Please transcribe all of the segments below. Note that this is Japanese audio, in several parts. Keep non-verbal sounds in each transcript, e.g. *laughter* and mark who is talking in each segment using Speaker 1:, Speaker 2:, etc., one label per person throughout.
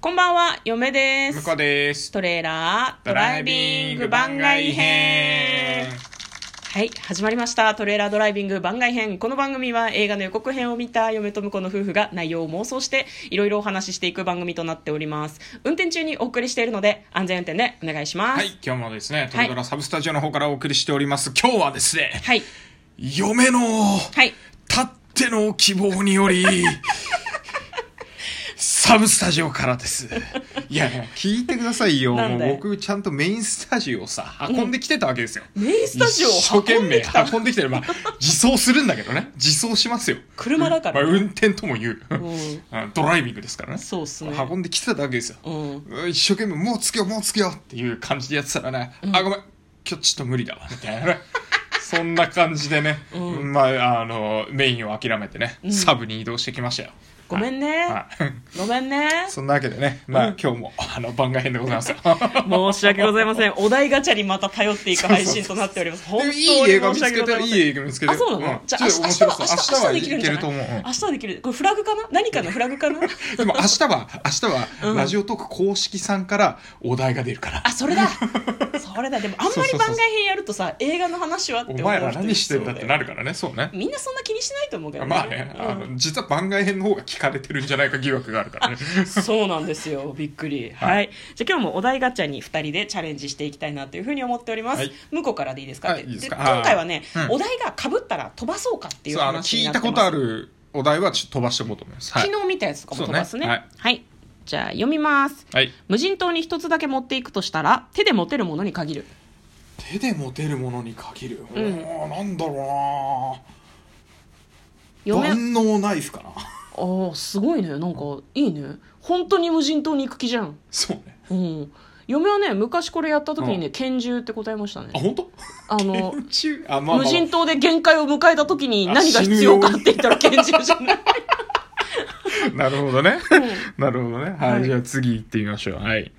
Speaker 1: こんばんは、嫁です。
Speaker 2: 向こうです。
Speaker 1: トレーラードライビング番外編。はい、始まりました。トレーラードライビング番外編。この番組は映画の予告編を見た嫁と婿の夫婦が内容を妄想していろいろお話ししていく番組となっております。運転中にお送りしているので安全運転でお願いします。
Speaker 2: はい、今日もですね、トレドラサブスタジオの方からお送りしております。今日はですね、
Speaker 1: はい。
Speaker 2: 嫁の、
Speaker 1: はい。
Speaker 2: たっての希望により、
Speaker 1: *laughs*
Speaker 2: サブスタジオか
Speaker 1: *laughs*
Speaker 2: らです。いや、ね、聞いてくださいよ。
Speaker 1: なん
Speaker 2: も
Speaker 1: だよ
Speaker 2: う僕、ちゃんとメインスタジオをさ、運んできてたわけですよ。
Speaker 1: メインスタジオ
Speaker 2: 一生
Speaker 1: を
Speaker 2: 懸
Speaker 1: 運ん
Speaker 2: 命
Speaker 1: できた。
Speaker 2: 運んできてる。まあ、自走するんだけどね。自走しますよ。
Speaker 1: 車だから
Speaker 2: まあ、運転とも言う。
Speaker 1: ん
Speaker 2: *laughs* あドライビングですからね。
Speaker 1: そうっすね
Speaker 2: 運んできてたわけですよ。
Speaker 1: うん。
Speaker 2: うん一生懸命もうつけようもうつけようっていう感じでやってたらね、あごめん今日ちょっと無理だわみたい
Speaker 1: *laughs*
Speaker 2: なねそんな感じでね、まああのメインを諦めてね、サブに移動してきましたよ
Speaker 1: ごめんね。
Speaker 2: はいはい
Speaker 1: ごめんね。
Speaker 2: *laughs* そんなわけでね、まあ、今日もあの番外編でござ
Speaker 1: *laughs*
Speaker 2: いますよ
Speaker 1: 申し訳ございません。お題ガチャにまた頼っていく配信となっております。本当
Speaker 2: でも
Speaker 1: に
Speaker 2: いい映画見
Speaker 1: 申し
Speaker 2: つ
Speaker 1: 訳
Speaker 2: け
Speaker 1: ござい
Speaker 2: て
Speaker 1: ま
Speaker 2: い
Speaker 1: せん
Speaker 2: い映画見つけて
Speaker 1: あ、そうなの、
Speaker 2: ん
Speaker 1: じゃあ
Speaker 2: ち
Speaker 1: 明
Speaker 2: ょっ
Speaker 1: 日
Speaker 2: と
Speaker 1: は
Speaker 2: 面白そ
Speaker 1: 明
Speaker 2: う明日
Speaker 1: 日
Speaker 2: は
Speaker 1: はで
Speaker 2: い
Speaker 1: きるんじ
Speaker 2: け
Speaker 1: ゃな
Speaker 2: る
Speaker 1: い
Speaker 2: と思う、うん
Speaker 1: 明日はできる。これフラグかな何かのフラグかな
Speaker 2: でも明日は明日はラジオトーク公式さんからお題が出るから、
Speaker 1: あ、それだそれだ。でもあん
Speaker 2: そ
Speaker 1: ま
Speaker 2: うそう
Speaker 1: り
Speaker 2: そう
Speaker 1: 番外編やるとさ、映画の話はって思う
Speaker 2: お
Speaker 1: 人
Speaker 2: 前ら何してんだって
Speaker 1: い
Speaker 2: なるからねそう
Speaker 1: そ
Speaker 2: ね
Speaker 1: うだよみんなそんな気にしないと思うけど
Speaker 2: *laughs* まあね、あ
Speaker 1: うん
Speaker 2: の、実は番外編の方が聞かれてるんじゃないか疑惑があるからね。
Speaker 1: そうなんですよ。びっくり。はい。
Speaker 2: はい
Speaker 1: じゃあ今日もお題ガチャに2人でチャレンジしていきたいなというふうに思っております。
Speaker 2: はい
Speaker 1: 向こうからでいいですか、
Speaker 2: はいいいですか
Speaker 1: 今回はね、
Speaker 2: はいうん
Speaker 1: お題が被ったら飛ばそうかっていう
Speaker 2: そう、あの、
Speaker 1: 話にない
Speaker 2: 聞
Speaker 1: って
Speaker 2: た
Speaker 1: ます。
Speaker 2: ことあるお題はちょっと飛ばしておこうと思います。はい。
Speaker 1: 昨日見たやつとかも飛ばすね。
Speaker 2: そうね
Speaker 1: はい
Speaker 2: はい、
Speaker 1: じゃあ読みます。
Speaker 2: はい。
Speaker 1: 無人島に一つだけ持っていくとしたら、手で持てるものに限る。
Speaker 2: 手で持てるものに限る。
Speaker 1: ん
Speaker 2: おーなんだろうな
Speaker 1: 嫁、
Speaker 2: 万能ナイフかな。
Speaker 1: ああ、すごいね。なんか、いいね。本当に無人島に行く気じゃん。
Speaker 2: そうね。
Speaker 1: うん。嫁はね、昔これやった時にね、
Speaker 2: う
Speaker 1: 拳銃って答えましたね
Speaker 2: あ、。本当
Speaker 1: あの、
Speaker 2: 中、 *laughs* あ、まあまあまあ
Speaker 1: 無人島で限界を迎えた時に
Speaker 2: あ
Speaker 1: 何が必要かって言ったら拳銃じゃない。
Speaker 2: なるほどね。
Speaker 1: うん
Speaker 2: なるほどね。はい。
Speaker 1: はい
Speaker 2: じゃあ次行ってみましょう。はい。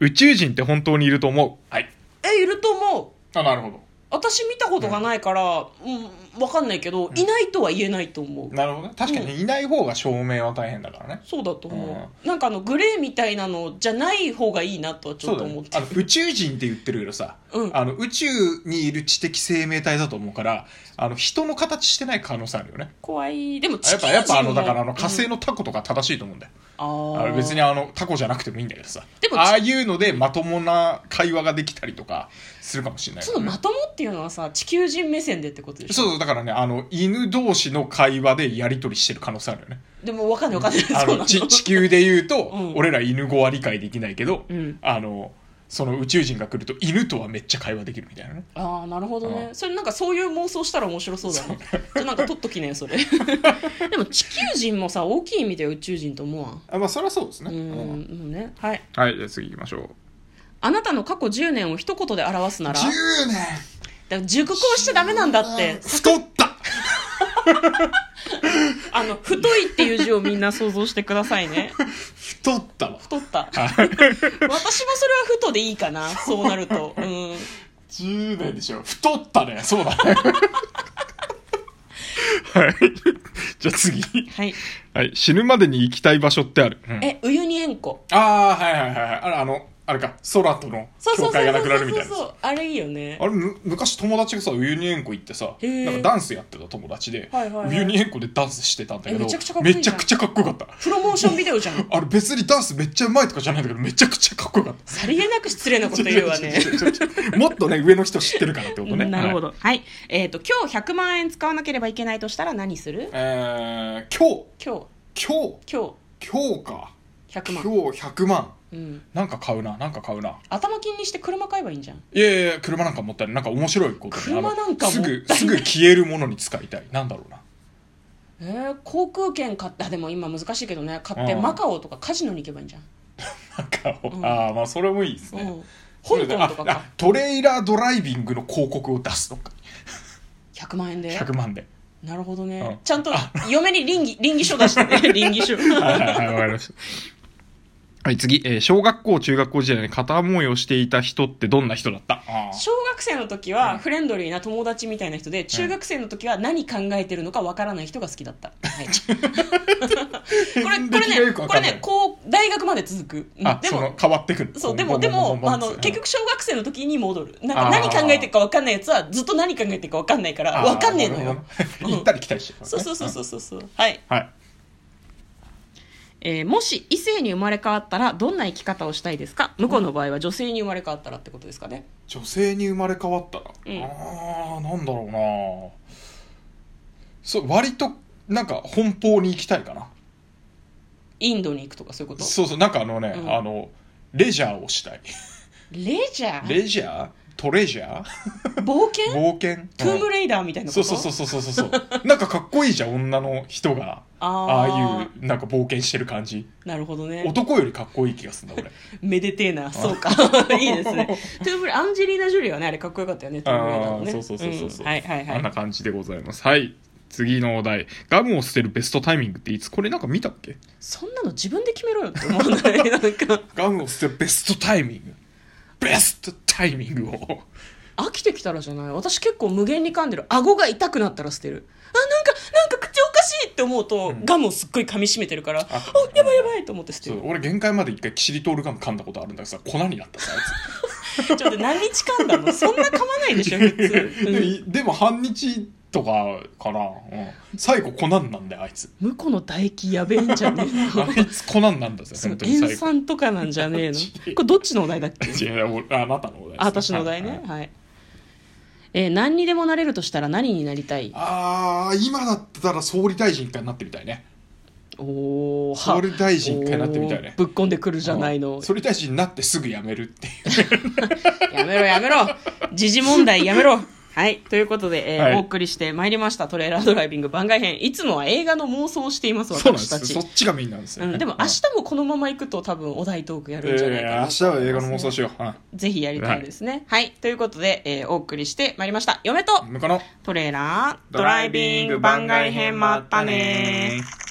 Speaker 2: 宇宙人って本当にいると思う。はい。
Speaker 1: *laughs* え、いると思う。
Speaker 2: あ、なるほど。
Speaker 1: 私見たことがないから、うん、わかんないけど、いないとは言えないと思う。
Speaker 2: なるほどね。確かにいない方が証明は大変だからね。
Speaker 1: そうだと思う、なんかあのグレーみたいなのじゃない方がいいなとはちょ
Speaker 2: そ
Speaker 1: っ
Speaker 2: う
Speaker 1: と
Speaker 2: だ
Speaker 1: 思っ
Speaker 2: ね、
Speaker 1: て
Speaker 2: あの宇宙人って言ってるけどさ、
Speaker 1: うん
Speaker 2: あの宇宙にいる知的生命体だと思うからあの人の形してない可能性あるよね
Speaker 1: 怖いでも地
Speaker 2: や
Speaker 1: 球
Speaker 2: っ
Speaker 1: 人
Speaker 2: ぱ
Speaker 1: も
Speaker 2: やっぱあのだからあの火星のタコとか正しいと思うんだよ、
Speaker 1: うんあ
Speaker 2: あ
Speaker 1: ー
Speaker 2: の別にあのタコじゃなくてもいいんだけどさ
Speaker 1: でも
Speaker 2: ああいうのでまともな会話ができたりとかするかもしれないか
Speaker 1: そ
Speaker 2: ら
Speaker 1: の
Speaker 2: ね、
Speaker 1: まともっていうのはさ地球人目線でってことでしょ
Speaker 2: そうそうだからねあの犬同士の会話でやり取りしてる可能性あるよね
Speaker 1: でもわかんないわかんない *laughs* そう
Speaker 2: あ
Speaker 1: な
Speaker 2: の
Speaker 1: の
Speaker 2: ち地球で言うと、
Speaker 1: うん
Speaker 2: 俺ら犬語は理解できないけど、
Speaker 1: うん
Speaker 2: あのその宇宙人が来ると犬とはめっちゃ会話できるみたいなね
Speaker 1: ああなるほどね
Speaker 2: う
Speaker 1: それなんかそういう妄想したら面白そうだねじゃあなんか取っときね
Speaker 2: *laughs*
Speaker 1: それでも地球人もさ大きい意味で宇宙人と思わん
Speaker 2: あまあそりゃそうです
Speaker 1: う
Speaker 2: ね、
Speaker 1: ーん
Speaker 2: うん
Speaker 1: もうねはい
Speaker 2: はいじゃあ次行きましょう
Speaker 1: あなたの過去10年を一言で表すならだか
Speaker 2: 10年
Speaker 1: ら熟考しちゃダメなんだって
Speaker 2: 太った
Speaker 1: あの太いっていう字をみんな想像してくださいね
Speaker 2: 太ったわ
Speaker 1: 太った。私もそれは太でいいかな、そうなると。うん。
Speaker 2: 10年でしょ太ったねそうだね *laughs* はいじゃあ次、
Speaker 1: はい。
Speaker 2: はい、死ぬまでに行きたい場所ってある、うん
Speaker 1: え、ウユニ塩湖。
Speaker 2: ああはいはいはいはいあれあのあれか空との
Speaker 1: そうそ
Speaker 2: 境
Speaker 1: うそう
Speaker 2: 界
Speaker 1: そ
Speaker 2: が
Speaker 1: う
Speaker 2: なく
Speaker 1: そ
Speaker 2: な
Speaker 1: う
Speaker 2: る
Speaker 1: そ
Speaker 2: みた
Speaker 1: う
Speaker 2: いなやつ
Speaker 1: あれいいよね。
Speaker 2: あれむ昔友達がさウユニ塩湖行ってさ
Speaker 1: へー
Speaker 2: なんかダンスやってた友達で、
Speaker 1: はいはいはい
Speaker 2: ウユニ塩湖でダンスしてたんだけど
Speaker 1: えめちゃくちゃかっこいい
Speaker 2: め
Speaker 1: じ
Speaker 2: ち
Speaker 1: ゃ
Speaker 2: ゃ
Speaker 1: ん
Speaker 2: くちゃかっこよかった
Speaker 1: プロモーションビデオじゃん。
Speaker 2: あれ別にダンスめっちゃうまいとかじゃないんだけどめちゃくちゃかっこよかった
Speaker 1: さりげなく失礼なこと言うわね。
Speaker 2: もっとね、上の人知ってるからってことね。
Speaker 1: なるほ
Speaker 2: ど。
Speaker 1: ど。はい。えっ、と、今日100万円使わなければいけないとしたら何する
Speaker 2: えー、今
Speaker 1: 今
Speaker 2: 日、今
Speaker 1: 日、今
Speaker 2: 日、今日か。
Speaker 1: 日、100
Speaker 2: 今日
Speaker 1: 万。
Speaker 2: 100万。
Speaker 1: うん。
Speaker 2: なんか買うな、なんか買うな。
Speaker 1: 頭金にして車買えばいいんじゃん。
Speaker 2: いやいやいや、車なんか持ったり、なんか面白いことね
Speaker 1: 車なんか
Speaker 2: あのす
Speaker 1: もっ
Speaker 2: ぐ、
Speaker 1: たいない
Speaker 2: すぐ消えるものに使いたい。なんだろうな。
Speaker 1: えー、航空券買って、あ、でも今難しいけどね、買って
Speaker 2: うん
Speaker 1: マカオとかカジノに行けばいいんじゃん。
Speaker 2: なんか、
Speaker 1: ん
Speaker 2: ああ、まあそれもいいです
Speaker 1: う
Speaker 2: ね。
Speaker 1: ん。
Speaker 2: そ
Speaker 1: 香
Speaker 2: れで
Speaker 1: 港とか
Speaker 2: あ
Speaker 1: か。
Speaker 2: あトレーラードライビングの広告を出すとか。
Speaker 1: 100万円で。
Speaker 2: 100万で。
Speaker 1: なるほどね、
Speaker 2: うん *laughs*
Speaker 1: ちゃんと嫁に倫理倫理書出してね倫理書
Speaker 2: *laughs* はいはいはい、わかりましはい、次、えー小学校、中学校時代に片思いをしていた人ってどんな人だったあー
Speaker 1: 小学生の時はフレンドリーな友達みたいな人で中学生の時は何考えてるのかわからない人が好きだった、はい、これこれ
Speaker 2: *laughs* 歴がよ
Speaker 1: ね
Speaker 2: くわ
Speaker 1: こ
Speaker 2: か
Speaker 1: れ
Speaker 2: んない
Speaker 1: ねこう大学まで続く、うん
Speaker 2: あ、
Speaker 1: で
Speaker 2: その
Speaker 1: も
Speaker 2: 変わってくる。
Speaker 1: そうでもでもあの結局小学生の時に戻るなんか何考えてるかわかんないやつはずっと何考えてるかわかんないからわかんねえのよ
Speaker 2: 行ったり来たりしてるからね
Speaker 1: そうそうそうそうそうそうはい、
Speaker 2: うんはい。
Speaker 1: えーもし異性に生まれ変わったらどんな生き方をしたいですか向こうの場合は女性に生まれ変わったらってことですかね
Speaker 2: 女性に生まれ変わったら、
Speaker 1: うん
Speaker 2: ああなんだろうなそう割となんか奔放に行きたいかな
Speaker 1: インドに行くとかそういうこと
Speaker 2: そうそうなんかあのね、
Speaker 1: うん
Speaker 2: あのレジャーをしたい
Speaker 1: レジャー
Speaker 2: レジャートレジャー
Speaker 1: 冒険
Speaker 2: 冒険
Speaker 1: トゥーム
Speaker 2: レ
Speaker 1: レイダーみたいなこ
Speaker 2: そ
Speaker 1: と
Speaker 2: うそうそうそうそうそうそうなんかかっこいいじゃん女の人が
Speaker 1: あ
Speaker 2: あ
Speaker 1: あ
Speaker 2: あいうなんか冒険してる感じ
Speaker 1: なるほどね
Speaker 2: 男よりかっこいい気がするんだ俺
Speaker 1: めでてえなそうかいいですねトゥームレイアンジェリーナ・ジョリーはねあれかっこよかったよねトゥームレイダー
Speaker 2: あ
Speaker 1: の
Speaker 2: あ
Speaker 1: ね
Speaker 2: そうそうそうそうそう、
Speaker 1: んはいはいは
Speaker 2: あんない感じでございますはい次のお題ガムを捨てるベストタイミングっていつこれなんか見たっけ
Speaker 1: そんなの自分で決めろよって思わないなんか
Speaker 2: ガムを捨てるベストタイミングベストタイミングを
Speaker 1: 飽きてきたらじゃない私結構無限に噛んでる顎が痛くなったら捨てるあなんかなんか口おかしいって思うと、
Speaker 2: うん
Speaker 1: ガムをすっごい噛みしめてるから
Speaker 2: あ
Speaker 1: おやばいやばいと思って捨て
Speaker 2: そう
Speaker 1: る
Speaker 2: 俺限界まで一回キシリトールガム噛んだことある
Speaker 1: *laughs*
Speaker 2: んだけどさ粉になったさあ
Speaker 1: ちょっと何日噛んだのそんな噛まないで
Speaker 2: いつ
Speaker 1: しょ普通、うん
Speaker 2: ででも半日とかかな、うん最後粉になんだよあい
Speaker 1: *laughs*
Speaker 2: つ
Speaker 1: 向こうの唾液やべえんじゃねえの
Speaker 2: あいつ粉になんだぜ
Speaker 1: その
Speaker 2: 本当に
Speaker 1: 塩
Speaker 2: 最後
Speaker 1: 酸とかなんじゃねえのこれどっちのお題だっけ
Speaker 2: いやいや俺あなたのお題ですね
Speaker 1: あ私のお題
Speaker 2: はい
Speaker 1: ねはい、えー何にでもなれるとしたら何になりたい
Speaker 2: あー今だったら総理大臣一回なってみたいね
Speaker 1: おおは
Speaker 2: 総理大臣一回なってみたい
Speaker 1: お
Speaker 2: ね
Speaker 1: ーぶっこんでくるじゃないの
Speaker 2: うん総理大臣になってすぐ辞めるっていう
Speaker 1: やめろやめろ時事問題 *laughs* やめろはい。ということで、えー
Speaker 2: はい
Speaker 1: お送りしてまいりましたトレーラードライビング番外編。いつもは映画の妄想をしています、
Speaker 2: そうなん
Speaker 1: 私
Speaker 2: で
Speaker 1: た
Speaker 2: す
Speaker 1: ち。
Speaker 2: そっちがみんなんですよ、
Speaker 1: うん、でも明日もこのまま行くと多分お題トークやるんじゃないか
Speaker 2: え
Speaker 1: な、
Speaker 2: ー明日は映画の妄想しよう、うん
Speaker 1: ぜひやりたいですね。はい。ということで、えーお送りしてまいりました。嫁と
Speaker 2: 向こうの
Speaker 1: トレーラードライビング番外編まったねー。